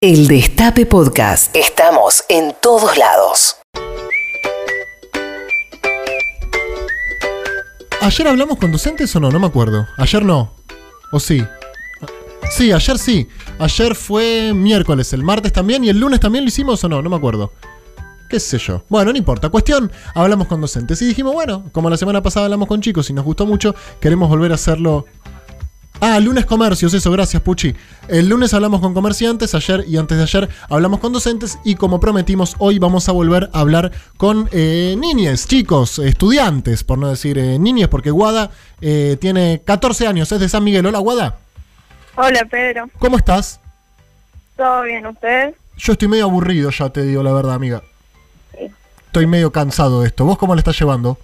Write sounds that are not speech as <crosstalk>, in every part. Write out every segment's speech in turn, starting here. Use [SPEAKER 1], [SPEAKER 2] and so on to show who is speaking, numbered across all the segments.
[SPEAKER 1] El Destape Podcast. Estamos en todos lados.
[SPEAKER 2] ¿Ayer hablamos con docentes o no? No me acuerdo. Ayer no. ¿O sí? Sí, ayer sí. Ayer fue miércoles, el martes también y el lunes también lo hicimos o no, no me acuerdo. ¿Qué sé yo? Bueno, no importa. Cuestión, hablamos con docentes y dijimos, bueno, como la semana pasada hablamos con chicos y nos gustó mucho, queremos volver a hacerlo Ah, lunes comercios, eso, gracias Puchi. El lunes hablamos con comerciantes, ayer y antes de ayer hablamos con docentes y como prometimos, hoy vamos a volver a hablar con eh, niñes, chicos, estudiantes, por no decir eh, niñes, porque Guada eh, tiene 14 años, es de San Miguel. Hola Guada,
[SPEAKER 3] Hola Pedro,
[SPEAKER 2] ¿cómo estás?
[SPEAKER 3] ¿todo bien usted?
[SPEAKER 2] Yo estoy medio aburrido, ya te digo la verdad, amiga. Estoy medio cansado de esto. ¿Vos cómo le estás llevando?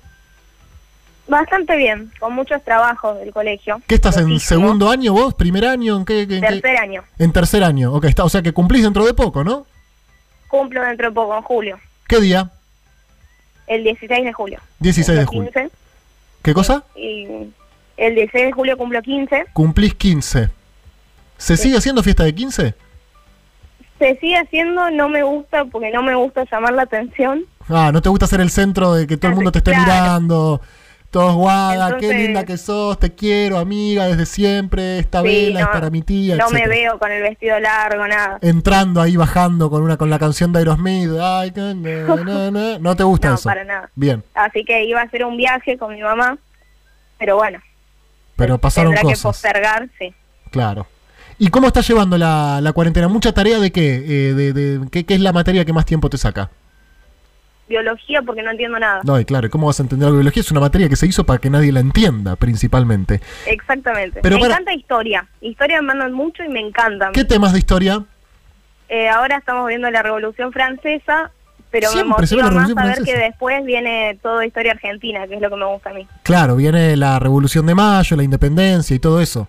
[SPEAKER 3] Bastante bien, con muchos trabajos del colegio.
[SPEAKER 2] ¿Qué estás en
[SPEAKER 3] Muchísimo.
[SPEAKER 2] segundo año vos? ¿Primer año? ¿En qué? qué- en qué?
[SPEAKER 3] Tercer año.
[SPEAKER 2] En tercer año, ok, está, o sea que cumplís dentro de poco, ¿no?
[SPEAKER 3] Cumplo dentro de poco, en julio.
[SPEAKER 2] ¿Qué día?
[SPEAKER 3] El 16 de julio.
[SPEAKER 2] 16 de
[SPEAKER 3] Cumplo
[SPEAKER 2] julio.
[SPEAKER 3] 15,
[SPEAKER 2] ¿Qué cosa?
[SPEAKER 3] y el 16 de julio cumplo 15.
[SPEAKER 2] Cumplís 15. ¿Se sigue haciendo fiesta de 15?
[SPEAKER 3] Se sigue haciendo, no me gusta porque no me gusta llamar la atención.
[SPEAKER 2] Ah, ¿no te gusta ser el centro de que todo el mundo te esté
[SPEAKER 3] Claro.
[SPEAKER 2] mirando? Todos guada, qué
[SPEAKER 3] Entonces-
[SPEAKER 2] linda que sos, te quiero, amiga, desde siempre, esta
[SPEAKER 3] Sí,
[SPEAKER 2] vela es para mi tía,
[SPEAKER 3] no me
[SPEAKER 2] etcétera. Eh.
[SPEAKER 3] veo con el vestido largo, nada.
[SPEAKER 2] Entrando ahí, bajando con una con la canción de Aerosmith. Ay, que- na, na, na. No te gusta
[SPEAKER 3] <laughs> No,
[SPEAKER 2] eso.
[SPEAKER 3] para nada.
[SPEAKER 2] Bien,
[SPEAKER 3] Así que iba a hacer un viaje con mi mamá, pero bueno,
[SPEAKER 2] pero pasaron
[SPEAKER 3] tendrá que
[SPEAKER 2] cosas.
[SPEAKER 3] postergar, sí.
[SPEAKER 2] Claro. ¿Y cómo estás llevando la, la cuarentena? ¿Mucha tarea de qué? Eh, de, de- ¿qué, qué es la materia que más tiempo te saca?
[SPEAKER 3] Biología porque no entiendo nada.
[SPEAKER 2] No, y claro, ¿cómo vas a entender la biología? Es una materia que se hizo para que nadie la entienda, principalmente.
[SPEAKER 3] Exactamente.
[SPEAKER 2] Pero
[SPEAKER 3] me
[SPEAKER 2] para-
[SPEAKER 3] encanta historia. Historia me mandan mucho y me encanta.
[SPEAKER 2] ¿Qué temas de historia?
[SPEAKER 3] Eh, ahora estamos viendo la Revolución Francesa, pero me
[SPEAKER 2] Siempre se ve
[SPEAKER 3] motiva
[SPEAKER 2] la
[SPEAKER 3] más
[SPEAKER 2] Revolución
[SPEAKER 3] saber
[SPEAKER 2] Francesa.
[SPEAKER 3] que después viene toda historia argentina, que es lo que me gusta a mí.
[SPEAKER 2] Claro, viene la Revolución de Mayo, la Independencia y todo eso.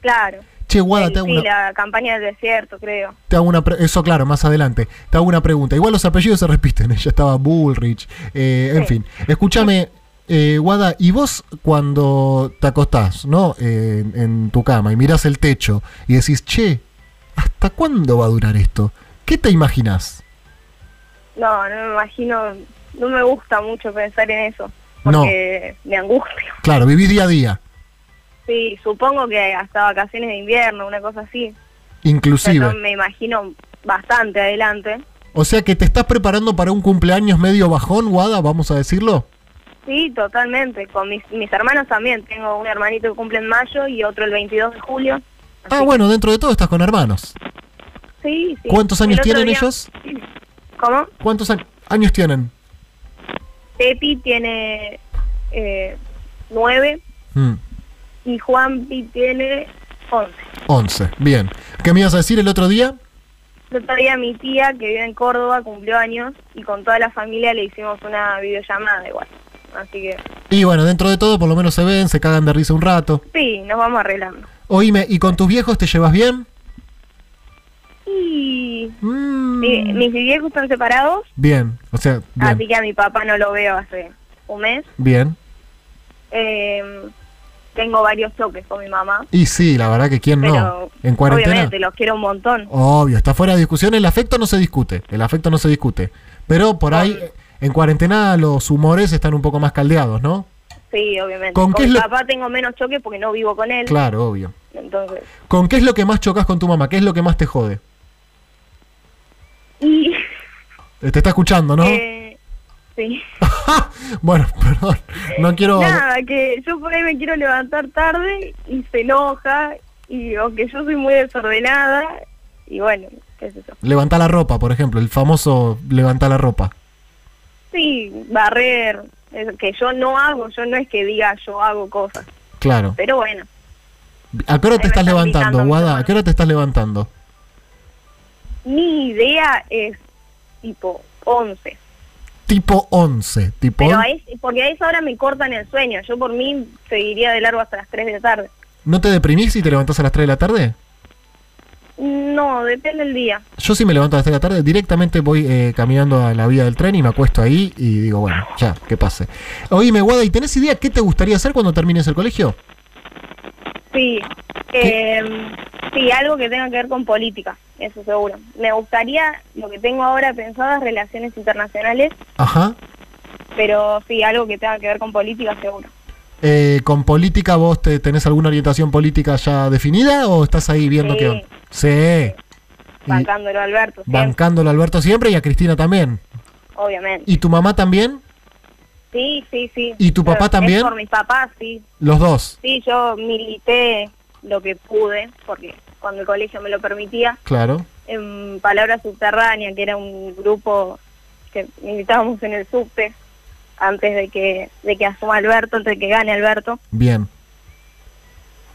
[SPEAKER 3] Claro.
[SPEAKER 2] Che, Guada,
[SPEAKER 3] El-
[SPEAKER 2] te hago
[SPEAKER 3] sí,
[SPEAKER 2] una,
[SPEAKER 3] la campaña del desierto, creo.
[SPEAKER 2] te hago una pre- eso claro, más adelante. Te hago una pregunta. Igual los apellidos se repiten, <laughs> ya estaba Bullrich, eh, en
[SPEAKER 3] Sí.
[SPEAKER 2] fin. Escúchame, eh, Guada, ¿y vos cuando te acostás, ¿no? Eh, en, en tu cama y mirás el techo y decís, che, ¿hasta cuándo va a durar esto? ¿Qué te imaginás?
[SPEAKER 3] No, no me imagino, no me gusta mucho pensar en eso,
[SPEAKER 2] No.
[SPEAKER 3] porque me angustio.
[SPEAKER 2] Claro, vivís día a día,
[SPEAKER 3] <laughs> Sí, supongo que hasta vacaciones de invierno, una cosa así. O sea,
[SPEAKER 2] inclusive.
[SPEAKER 3] yo me imagino bastante adelante.
[SPEAKER 2] O sea que te estás preparando para un cumpleaños medio bajón, Guada, vamos a decirlo.
[SPEAKER 3] Sí, totalmente. Con mis, mis hermanos también. Tengo un hermanito que cumple en mayo y otro el 22 de julio. Así
[SPEAKER 2] Ah,
[SPEAKER 3] que-
[SPEAKER 2] bueno, dentro de todo estás con hermanos.
[SPEAKER 3] Sí, sí.
[SPEAKER 2] ¿Cuántos
[SPEAKER 3] El
[SPEAKER 2] años
[SPEAKER 3] otro
[SPEAKER 2] tienen
[SPEAKER 3] día-
[SPEAKER 2] ellos?
[SPEAKER 3] ¿Cómo?
[SPEAKER 2] ¿Cuántos a- años tienen?
[SPEAKER 3] Pepi tiene eh, 9
[SPEAKER 2] Mm,
[SPEAKER 3] y Juanpi tiene 11.
[SPEAKER 2] 11. Bien. ¿Qué me ibas a decir el otro día?
[SPEAKER 3] El otro día mi tía, que vive en Córdoba, cumplió años y con toda la familia le hicimos una videollamada igual. Así que
[SPEAKER 2] Y bueno, dentro de todo por lo menos se ven, se cagan de risa un rato.
[SPEAKER 3] sí, nos vamos arreglando.
[SPEAKER 2] Oíme, ¿y con tus viejos te llevas bien?
[SPEAKER 3] Y
[SPEAKER 2] Mm,
[SPEAKER 3] mi- mis viejos están separados,
[SPEAKER 2] Bien, o sea, bien.
[SPEAKER 3] así que a mi papá no lo veo hace un mes.
[SPEAKER 2] Bien.
[SPEAKER 3] Eh, tengo varios choques con mi mamá,
[SPEAKER 2] Y sí, la verdad que quién no.
[SPEAKER 3] pero
[SPEAKER 2] En cuarentena.
[SPEAKER 3] obviamente los quiero un montón.
[SPEAKER 2] Obvio, está fuera de discusión. El afecto no se discute. El afecto no se discute. Pero por ahí, en cuarentena los humores están un poco más caldeados, ¿no?
[SPEAKER 3] Sí, obviamente.
[SPEAKER 2] ¿Con
[SPEAKER 3] Con,
[SPEAKER 2] qué es
[SPEAKER 3] mi
[SPEAKER 2] lo-
[SPEAKER 3] papá tengo menos choque porque no vivo con él.
[SPEAKER 2] Claro, obvio.
[SPEAKER 3] Entonces,
[SPEAKER 2] ¿Con qué es lo que más chocas con tu mamá? ¿Qué es lo que más te jode?
[SPEAKER 3] y <laughs>
[SPEAKER 2] Eh, Te está escuchando, ¿no?
[SPEAKER 3] eh, sí.
[SPEAKER 2] <laughs> bueno, perdón. No quiero.
[SPEAKER 3] Eh, Nada, que yo por ahí me quiero levantar tarde y se enoja y o que yo soy muy desordenada y bueno, qué sé yo.
[SPEAKER 2] Levantar la ropa, por ejemplo. El famoso levantar la ropa.
[SPEAKER 3] Sí, barrer, eso, que yo no hago, yo no es que diga yo hago cosas,
[SPEAKER 2] Claro.
[SPEAKER 3] pero bueno,
[SPEAKER 2] ¿A qué hora
[SPEAKER 3] Ahí
[SPEAKER 2] te
[SPEAKER 3] me
[SPEAKER 2] estás
[SPEAKER 3] están
[SPEAKER 2] levantando,
[SPEAKER 3] gritando,
[SPEAKER 2] Guada?
[SPEAKER 3] hermano.
[SPEAKER 2] ¿A qué hora te estás levantando?
[SPEAKER 3] mi idea es tipo 11.
[SPEAKER 2] Tipo 11. Tipo
[SPEAKER 3] Pero
[SPEAKER 2] on-
[SPEAKER 3] a es- porque a esa hora me cortan el sueño, yo por mí seguiría de largo hasta las 3 de la tarde.
[SPEAKER 2] ¿No te deprimís si te levantás a las 3 de la tarde?
[SPEAKER 3] No, depende del día.
[SPEAKER 2] Yo si me levanto a las 3 de la tarde, directamente voy eh, caminando a la vía del tren y me acuesto ahí y digo, bueno, ya, que pase. Oíme, Guada, ¿y tenés idea qué te gustaría hacer cuando termines el colegio?
[SPEAKER 3] em, Sí, eh, sí, algo que tenga que ver con política. eso seguro. Me gustaría, lo que tengo ahora pensado es relaciones internacionales,
[SPEAKER 2] Ajá.
[SPEAKER 3] pero sí, algo que tenga que ver con política seguro.
[SPEAKER 2] Eh, ¿Con política vos te, tenés alguna orientación política ya definida o estás ahí viendo
[SPEAKER 3] Sí.
[SPEAKER 2] qué onda? Sí. Y
[SPEAKER 3] Bancándolo a Alberto, siempre,
[SPEAKER 2] bancándolo a Alberto siempre y a Cristina también.
[SPEAKER 3] obviamente.
[SPEAKER 2] ¿Y tu mamá también?
[SPEAKER 3] Sí, sí, sí.
[SPEAKER 2] ¿Y tu papá
[SPEAKER 3] es
[SPEAKER 2] también?
[SPEAKER 3] por mis papás, sí.
[SPEAKER 2] Los dos.
[SPEAKER 3] Sí, yo milité lo que pude, porque cuando el colegio me lo permitía,
[SPEAKER 2] Claro.
[SPEAKER 3] en Palabra Subterránea, que era un grupo que militábamos en el subte antes de que, de que asuma Alberto, antes de que gane Alberto,
[SPEAKER 2] Bien.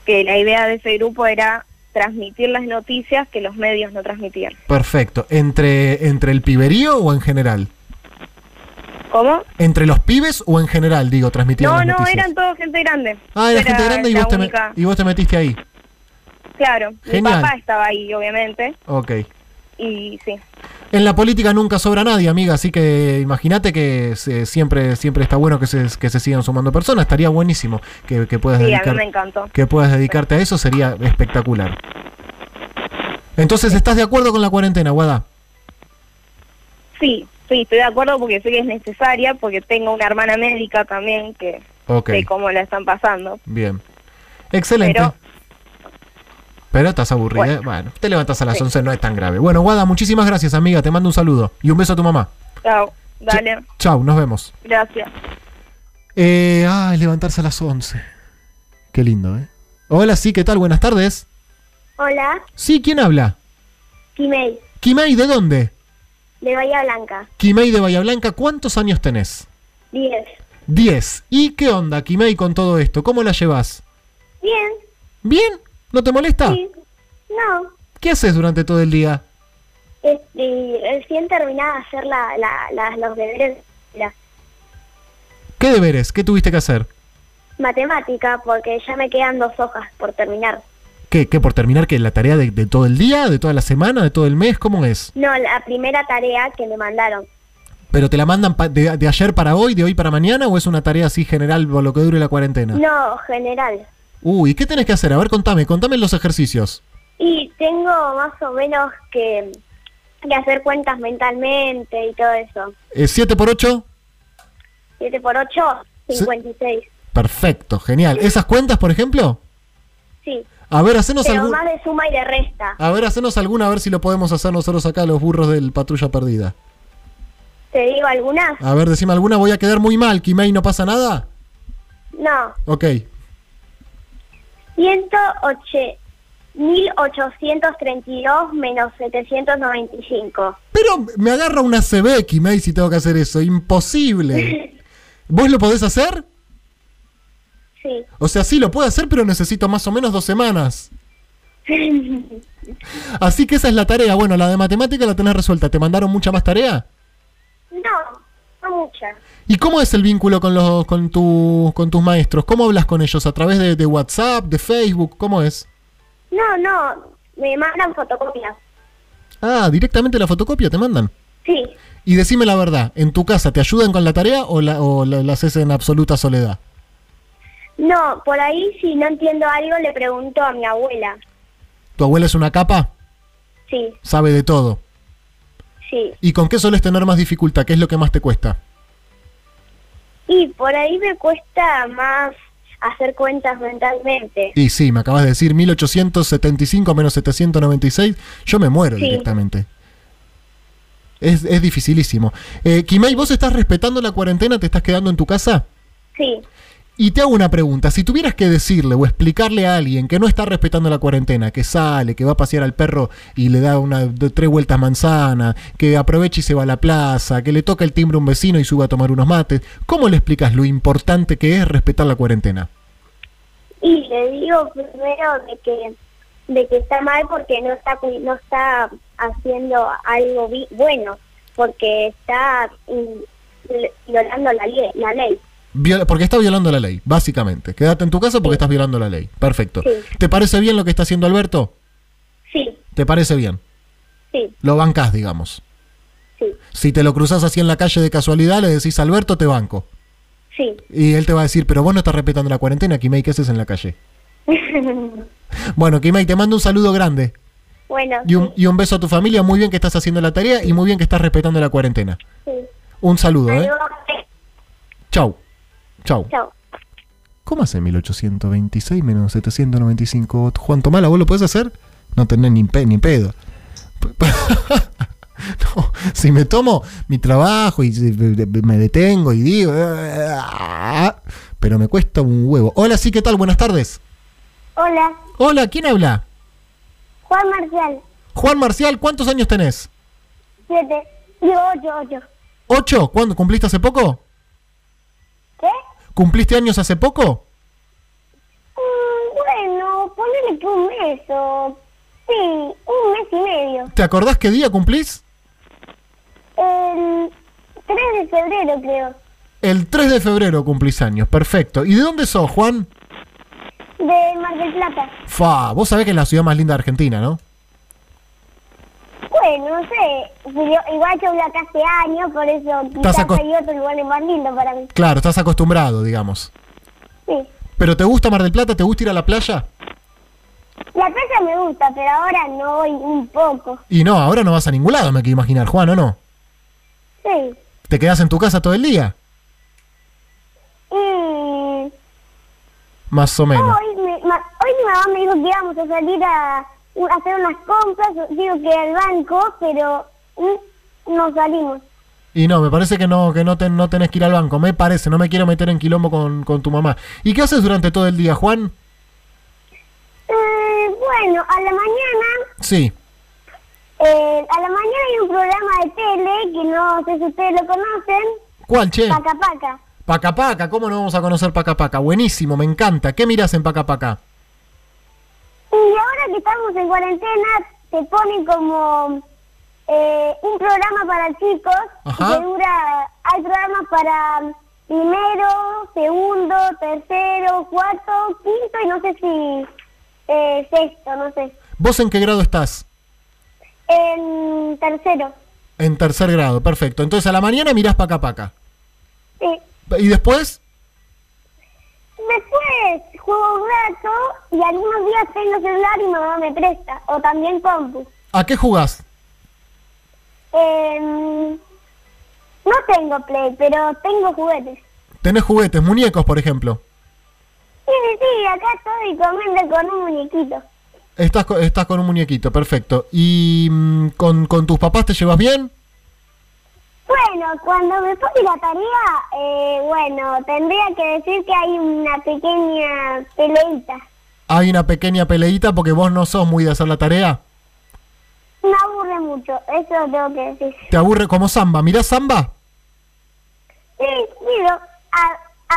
[SPEAKER 3] que la idea de ese grupo era transmitir las noticias que los medios no transmitían.
[SPEAKER 2] Perfecto. ¿Entre, entre el piberío o en general?
[SPEAKER 3] ¿Cómo?
[SPEAKER 2] ¿Entre los pibes o en general, digo, transmitiendo
[SPEAKER 3] No,
[SPEAKER 2] las
[SPEAKER 3] no,
[SPEAKER 2] noticias?
[SPEAKER 3] eran todos gente grande.
[SPEAKER 2] Ah, era, gente grande y
[SPEAKER 3] la
[SPEAKER 2] vos, te me-
[SPEAKER 3] única-
[SPEAKER 2] y vos te metiste ahí.
[SPEAKER 3] Claro, mi
[SPEAKER 2] Genial.
[SPEAKER 3] papá estaba ahí, obviamente,
[SPEAKER 2] Ok.
[SPEAKER 3] y sí.
[SPEAKER 2] En la política nunca sobra nadie, amiga, así que imagínate que se- siempre, siempre está bueno que se, que se sigan sumando personas. Estaría buenísimo que, que puedas
[SPEAKER 3] Sí, a mí
[SPEAKER 2] dedicar-
[SPEAKER 3] me encantó.
[SPEAKER 2] que puedas dedicarte a eso, sería espectacular. Entonces, ¿estás de acuerdo con la cuarentena, Guada?
[SPEAKER 3] Sí, sí, estoy de acuerdo porque sé que es necesaria, porque tengo una hermana médica también que
[SPEAKER 2] Ok,
[SPEAKER 3] sé cómo la están pasando.
[SPEAKER 2] bien. Excelente. Pero,
[SPEAKER 3] Pero-
[SPEAKER 2] estás aburrida.
[SPEAKER 3] Bueno.
[SPEAKER 2] Bueno. te levantas a las
[SPEAKER 3] Sí.
[SPEAKER 2] 11, no es tan grave. Bueno, Guada, muchísimas gracias, amiga. Te mando un saludo y un beso a tu mamá.
[SPEAKER 3] Chao, dale,
[SPEAKER 2] Chau, nos vemos.
[SPEAKER 3] gracias.
[SPEAKER 2] Eh, ay, levantarse a las 11. Qué lindo, ¿eh? Hola, sí, ¿qué tal? Buenas tardes.
[SPEAKER 4] Hola,
[SPEAKER 2] Sí, ¿quién habla?
[SPEAKER 4] Kimei,
[SPEAKER 2] Kimei, ¿de dónde?
[SPEAKER 4] de Bahía Blanca,
[SPEAKER 2] Kimei de Bahía Blanca, ¿cuántos años tenés?
[SPEAKER 4] 10.
[SPEAKER 2] 10. ¿Y qué onda, Kimei, con todo esto? ¿Cómo la llevas?
[SPEAKER 4] Bien,
[SPEAKER 2] ¿Bien? ¿No te molesta?
[SPEAKER 4] sí. No,
[SPEAKER 2] ¿Qué haces durante todo el día?
[SPEAKER 4] este, recién terminaba de hacer la, la, la- los deberes de la
[SPEAKER 2] ¿Qué deberes? ¿Qué tuviste que hacer?
[SPEAKER 4] matemática porque ya me quedan dos hojas por terminar.
[SPEAKER 2] ¿Qué, qué por terminar? ¿Qué? ¿La tarea de, de todo el día? ¿De toda la semana? ¿De todo el mes? ¿Cómo es?
[SPEAKER 4] No, la primera tarea que me mandaron.
[SPEAKER 2] ¿Pero te la mandan pa- de, de ayer para hoy, de hoy para mañana? ¿O es una tarea así general por lo que dure la cuarentena?
[SPEAKER 4] No, general.
[SPEAKER 2] Uy, ¿qué tenés que hacer? A ver, contame, contame los ejercicios.
[SPEAKER 4] Y tengo más o menos que, que hacer cuentas mentalmente y todo eso.
[SPEAKER 2] 7 Eh, por 8
[SPEAKER 4] 7 por 8, 56.
[SPEAKER 2] Perfecto, genial. ¿Esas cuentas, por ejemplo?
[SPEAKER 4] Sí,
[SPEAKER 2] A ver, hacenos
[SPEAKER 4] pero
[SPEAKER 2] algún...
[SPEAKER 4] más de suma y de resta.
[SPEAKER 2] A ver, hacenos alguna, a ver si lo podemos hacer nosotros acá, los burros del Patrulla Perdida.
[SPEAKER 4] ¿Te digo algunas?
[SPEAKER 2] A ver, decime alguna, voy a quedar muy mal, Kimei, ¿no pasa nada?
[SPEAKER 4] No.
[SPEAKER 2] Ok,
[SPEAKER 4] 108.832 menos 795.
[SPEAKER 2] pero me agarra una CB, Kimei, si tengo que hacer eso,
[SPEAKER 4] <laughs>
[SPEAKER 2] imposible. ¿Vos lo podés hacer?
[SPEAKER 4] Sí.
[SPEAKER 2] O sea, sí, lo puedo hacer, pero necesito más o menos dos semanas. Así que esa es la tarea. Bueno, la de matemática la tenés resuelta. ¿Te mandaron mucha más tarea?
[SPEAKER 4] No, no muchas.
[SPEAKER 2] ¿Y cómo es el vínculo con los con tus con tus maestros? ¿Cómo hablas con ellos? ¿A través de, de WhatsApp, de Facebook? ¿Cómo es?
[SPEAKER 4] No, no. Me mandan fotocopias.
[SPEAKER 2] Ah, directamente la fotocopia te mandan.
[SPEAKER 4] Sí.
[SPEAKER 2] Y decime la verdad, ¿en tu casa te ayudan con la tarea o la, o la- la haces en absoluta soledad?
[SPEAKER 4] No, por ahí si no entiendo algo le pregunto a mi abuela.
[SPEAKER 2] ¿Tu abuela es una capa?
[SPEAKER 4] Sí,
[SPEAKER 2] Sabe de todo.
[SPEAKER 4] sí.
[SPEAKER 2] ¿Y con qué sueles tener más dificultad? ¿Qué es lo que más te cuesta?
[SPEAKER 4] Y por ahí me cuesta más hacer cuentas mentalmente.
[SPEAKER 2] Y sí, me acabas de decir 1875 menos 796. Yo me muero
[SPEAKER 4] Sí.
[SPEAKER 2] directamente. Es, es dificilísimo. Eh, Kimei, ¿vos estás respetando la cuarentena? ¿Te estás quedando en tu casa?
[SPEAKER 4] Sí.
[SPEAKER 2] Y te hago una pregunta. Si tuvieras que decirle o explicarle a alguien que no está respetando la cuarentena, que sale, que va a pasear al perro y le da una, de- tres vueltas manzana, que aprovecha y se va a la plaza, que le toca el timbre a un vecino y sube a tomar unos mates, ¿cómo le explicas lo importante que es respetar la cuarentena?
[SPEAKER 4] Y le digo primero de que de que está mal porque no está cu- no está haciendo algo bi- bueno, porque está in- vi- violando la, lie- la ley.
[SPEAKER 2] Viola- porque está violando la ley, básicamente. Quédate en tu casa porque estás violando la ley. Perfecto.
[SPEAKER 4] Sí.
[SPEAKER 2] ¿Te parece bien lo que está haciendo Alberto?
[SPEAKER 4] Sí,
[SPEAKER 2] ¿Te parece bien?
[SPEAKER 4] sí,
[SPEAKER 2] Lo bancás, digamos.
[SPEAKER 4] sí,
[SPEAKER 2] Si te lo cruzas así en la calle de casualidad, le decís, Alberto, te banco.
[SPEAKER 4] sí.
[SPEAKER 2] Y él te va a decir, pero vos no estás respetando la
[SPEAKER 4] <laughs>
[SPEAKER 2] cuarentena, Kimei, ¿qué haces en la calle? bueno, Kimei, te mando un saludo grande.
[SPEAKER 4] Bueno,
[SPEAKER 2] Y un, y un beso a tu familia. Muy bien que estás haciendo la tarea y muy bien que estás respetando la cuarentena.
[SPEAKER 4] sí.
[SPEAKER 2] Un saludo, ¿eh?
[SPEAKER 4] Adiós.
[SPEAKER 2] Chau. Chau.
[SPEAKER 4] Chao.
[SPEAKER 2] ¿Cómo hace 1826 menos 795? Juan Tomala, ¿vos lo podés hacer? No tenés ni, pe- ni pedo. <laughs> No, si me tomo mi trabajo y si me detengo y digo... "Ah", Pero me cuesta un huevo. Hola, sí, ¿qué tal? Buenas tardes.
[SPEAKER 4] Hola,
[SPEAKER 2] Hola, ¿quién habla?
[SPEAKER 4] Juan Marcial.
[SPEAKER 2] Juan Marcial, ¿cuántos años tenés?
[SPEAKER 4] Siete. Digo, ocho, ocho.
[SPEAKER 2] ¿Ocho? ¿Cuándo? ¿Cumpliste hace poco?
[SPEAKER 4] ¿Qué?
[SPEAKER 2] ¿Cumpliste años hace poco?
[SPEAKER 4] Mm, bueno, ponele que un mes o... Sí, un mes y medio.
[SPEAKER 2] ¿Te acordás qué día cumplís?
[SPEAKER 4] El 3 de febrero, creo.
[SPEAKER 2] El 3 de febrero cumplís años, perfecto. ¿Y de dónde sos, Juan?
[SPEAKER 4] De Mar del Plata.
[SPEAKER 2] Fa, vos sabés que es la ciudad más linda de Argentina, ¿no?
[SPEAKER 4] Bueno, no sé. yo- igual yo acá hace años, por eso
[SPEAKER 2] Estás
[SPEAKER 4] quizás
[SPEAKER 2] acos-
[SPEAKER 4] hay otro lugar más lindo para mí.
[SPEAKER 2] Claro, estás acostumbrado, digamos.
[SPEAKER 4] Sí.
[SPEAKER 2] ¿Pero te gusta Mar del Plata? ¿Te gusta ir a la playa?
[SPEAKER 4] La casa me gusta, pero ahora no voy un poco.
[SPEAKER 2] Y no, ahora no vas a ningún lado, me quiero imaginar, Juan, ¿o no?
[SPEAKER 4] Sí.
[SPEAKER 2] ¿Te quedás en tu casa todo el día?
[SPEAKER 4] Y...
[SPEAKER 2] Más o menos.
[SPEAKER 4] Hoy, me- ma- hoy mi mamá me dijo que íbamos a salir a, a hacer unas compras, digo que al banco, pero mm, no salimos.
[SPEAKER 2] Y no, me parece que no que no, ten- no tenés que ir al banco, me parece, no me quiero meter en quilombo con, con tu mamá. ¿Y qué haces durante todo el día, Juan?
[SPEAKER 4] Eh, bueno, a la mañana,
[SPEAKER 2] Sí.
[SPEAKER 4] eh, a la mañana hay un programa de tele que no sé si ustedes lo conocen,
[SPEAKER 2] ¿Cuál, che?
[SPEAKER 4] Paca Paca.
[SPEAKER 2] Paca Paca, ¿cómo no vamos a conocer Paca Paca? Buenísimo, me encanta. ¿Qué mirás en Paca Paca?
[SPEAKER 4] Y ahora que estamos en cuarentena, se pone como eh, un programa para chicos
[SPEAKER 2] Ajá.
[SPEAKER 4] que dura, hay programas para primero, segundo, tercero, cuarto, quinto y no sé si eh, sexto, no sé.
[SPEAKER 2] ¿Vos en qué grado estás?
[SPEAKER 4] En tercero,
[SPEAKER 2] En tercer grado, perfecto. Entonces a la mañana mirás Paca Paca.
[SPEAKER 4] sí.
[SPEAKER 2] ¿Y después?
[SPEAKER 4] Después juego un rato y algunos días tengo celular y mamá me presta, o también compu.
[SPEAKER 2] ¿A qué jugás?
[SPEAKER 4] Em, no tengo play, pero tengo juguetes.
[SPEAKER 2] Tenés juguetes, muñecos, por ejemplo.
[SPEAKER 4] Sí, sí, sí, acá estoy comiendo con un muñequito.
[SPEAKER 2] Estás, co- estás con un muñequito, perfecto. ¿Y mm, con, con tus papás te llevas bien?
[SPEAKER 4] Bueno, cuando me pone la tarea, eh, bueno, tendría que decir que hay una pequeña peleita.
[SPEAKER 2] Hay una pequeña peleita porque vos no sos muy de hacer la tarea.
[SPEAKER 4] Me aburre mucho, eso tengo que decir.
[SPEAKER 2] Te aburre como samba. ¿Mirás samba?
[SPEAKER 4] Sí, miro, a,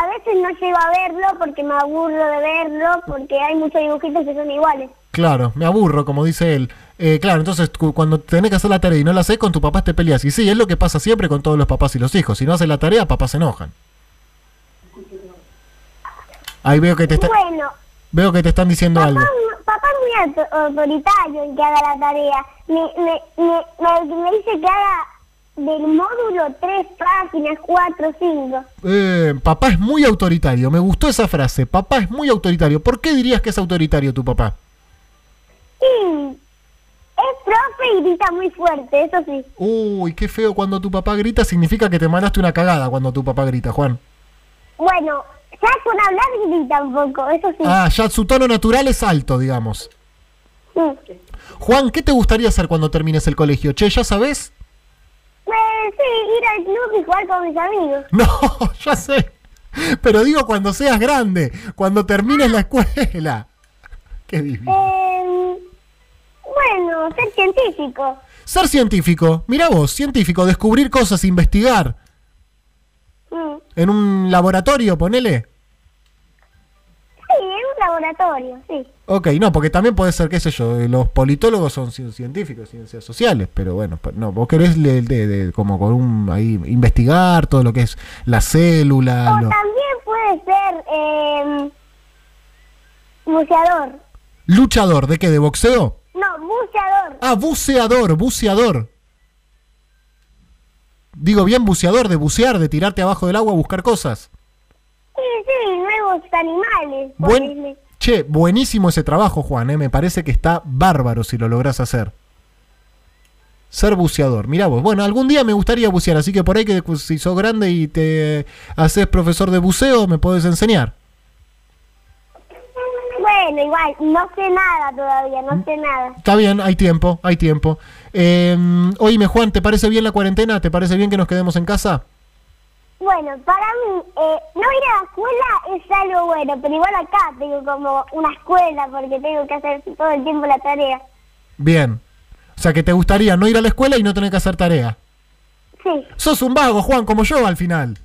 [SPEAKER 4] a veces no llego a verlo porque me aburro de verlo, porque hay muchos dibujitos que son iguales.
[SPEAKER 2] Claro, me aburro, como dice él. Eh, claro, entonces cu- cuando tenés que hacer la tarea y no la haces, con tu papá te peleas. Y sí, es lo que pasa siempre con todos los papás y los hijos. Si no haces la tarea, papás se enojan. Ahí veo que te, está-
[SPEAKER 4] Bueno,
[SPEAKER 2] veo que te están diciendo
[SPEAKER 4] papá,
[SPEAKER 2] algo.
[SPEAKER 4] papá es muy auto- autoritario en que haga la tarea. Me, me, me, me- me dice que haga del módulo tres páginas, cuatro, cinco.
[SPEAKER 2] Eh, papá es muy autoritario. Me gustó esa frase. Papá es muy autoritario. ¿Por qué dirías que es autoritario tu papá?
[SPEAKER 4] Sí, es profe y grita muy fuerte, eso sí.
[SPEAKER 2] Uy, qué feo cuando tu papá grita. Significa que te mandaste una cagada cuando tu papá grita, Juan.
[SPEAKER 4] Bueno, ya con hablar grita un poco, eso sí.
[SPEAKER 2] Ah, ya su tono natural es alto, digamos.
[SPEAKER 4] Sí,
[SPEAKER 2] Juan, ¿qué te gustaría hacer cuando termines el colegio? Che, ¿ya sabes? <laughs>
[SPEAKER 4] Eh, sí, ir al club y jugar con mis amigos.
[SPEAKER 2] No, ya sé. Pero digo cuando seas grande, cuando termines la escuela. <laughs> Qué divino.
[SPEAKER 4] Eh, bueno, ser científico.
[SPEAKER 2] Ser científico. Mira vos, científico, descubrir cosas, investigar.
[SPEAKER 4] Mm,
[SPEAKER 2] En un laboratorio, ponele.
[SPEAKER 4] Sí, en un laboratorio, sí.
[SPEAKER 2] Ok, no, porque también puede ser, qué sé yo, eh, los politólogos son ci- científicos, ciencias sociales, pero bueno, pa- no, vos querés le- de- de- como con un, ahí, investigar todo lo que es la célula,
[SPEAKER 4] O
[SPEAKER 2] lo-
[SPEAKER 4] también puede ser eh, buceador.
[SPEAKER 2] luchador, ¿de qué? ¿De boxeo?
[SPEAKER 4] No, buceador.
[SPEAKER 2] Ah, buceador, buceador. Digo bien buceador, de bucear, de tirarte abajo del agua a buscar cosas.
[SPEAKER 4] Sí, sí, nuevos animales.
[SPEAKER 2] Buen,
[SPEAKER 4] ponele.
[SPEAKER 2] Che, buenísimo ese trabajo, Juan, ¿eh? me parece que está bárbaro si lo lográs hacer. Ser buceador, mirá vos. Bueno, algún día me gustaría bucear, así que por ahí que si sos grande y te haces profesor de buceo, me podés enseñar.
[SPEAKER 4] Bueno, igual, no sé nada todavía, no sé nada.
[SPEAKER 2] Está bien, hay tiempo, hay tiempo. Eh, oíme, Juan, ¿te parece bien la cuarentena? ¿Te parece bien que nos quedemos en casa?
[SPEAKER 4] Bueno, para mí, eh, no ir a la escuela es algo bueno, pero igual acá tengo como una escuela porque tengo que hacer todo el tiempo la tarea.
[SPEAKER 2] Bien. O sea, que te gustaría no ir a la escuela y no tener que hacer tarea.
[SPEAKER 4] Sí,
[SPEAKER 2] Sos un vago, Juan, como yo al final.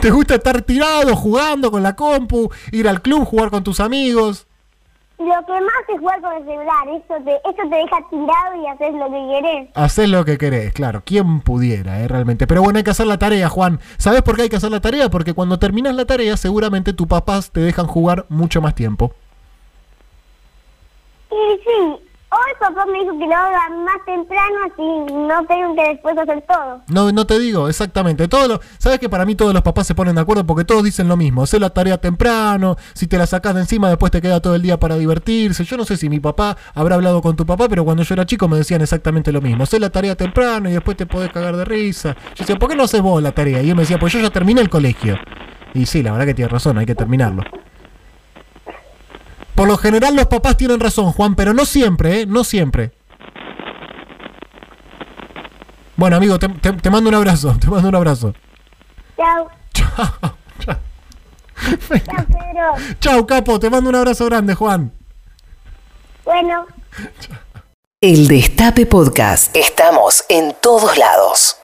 [SPEAKER 2] ¿Te gusta estar tirado, jugando con la compu, ir al club, jugar con tus amigos?
[SPEAKER 4] lo que más es jugar con el celular, eso te, eso te deja tirado y haces lo que querés.
[SPEAKER 2] Haces lo que querés, claro, quien pudiera, eh, realmente. Pero bueno, hay que hacer la tarea, Juan. ¿Sabes por qué hay que hacer la tarea? Porque cuando terminas la tarea, seguramente tus papás te dejan jugar mucho más tiempo.
[SPEAKER 4] Y sí, hoy papá me dijo que lo haga más temprano así no tengo que después hacer todo.
[SPEAKER 2] No, no te digo, exactamente. Todos los, Sabes que para mí todos los papás se ponen de acuerdo porque todos dicen lo mismo. Hacé la tarea temprano, si te la sacás de encima después te queda todo el día para divertirse. Yo no sé si mi papá habrá hablado con tu papá, pero cuando yo era chico me decían exactamente lo mismo. Hacé la tarea temprano y después te podés cagar de risa. Yo decía, ¿por qué no haces vos la tarea? Y él me decía, pues yo ya terminé el colegio. Y sí, la verdad que tienes razón, hay que terminarlo. Por lo general los papás tienen razón, Juan, pero no siempre, ¿eh? No siempre. Bueno, amigo, te, te- te mando un abrazo, <laughs> te mando un abrazo.
[SPEAKER 4] Chao,
[SPEAKER 2] Chao, chao.
[SPEAKER 4] chao Pedro.
[SPEAKER 2] Chao, capo, te mando un abrazo grande, Juan.
[SPEAKER 4] Bueno.
[SPEAKER 1] El Destape Podcast. Estamos en todos lados.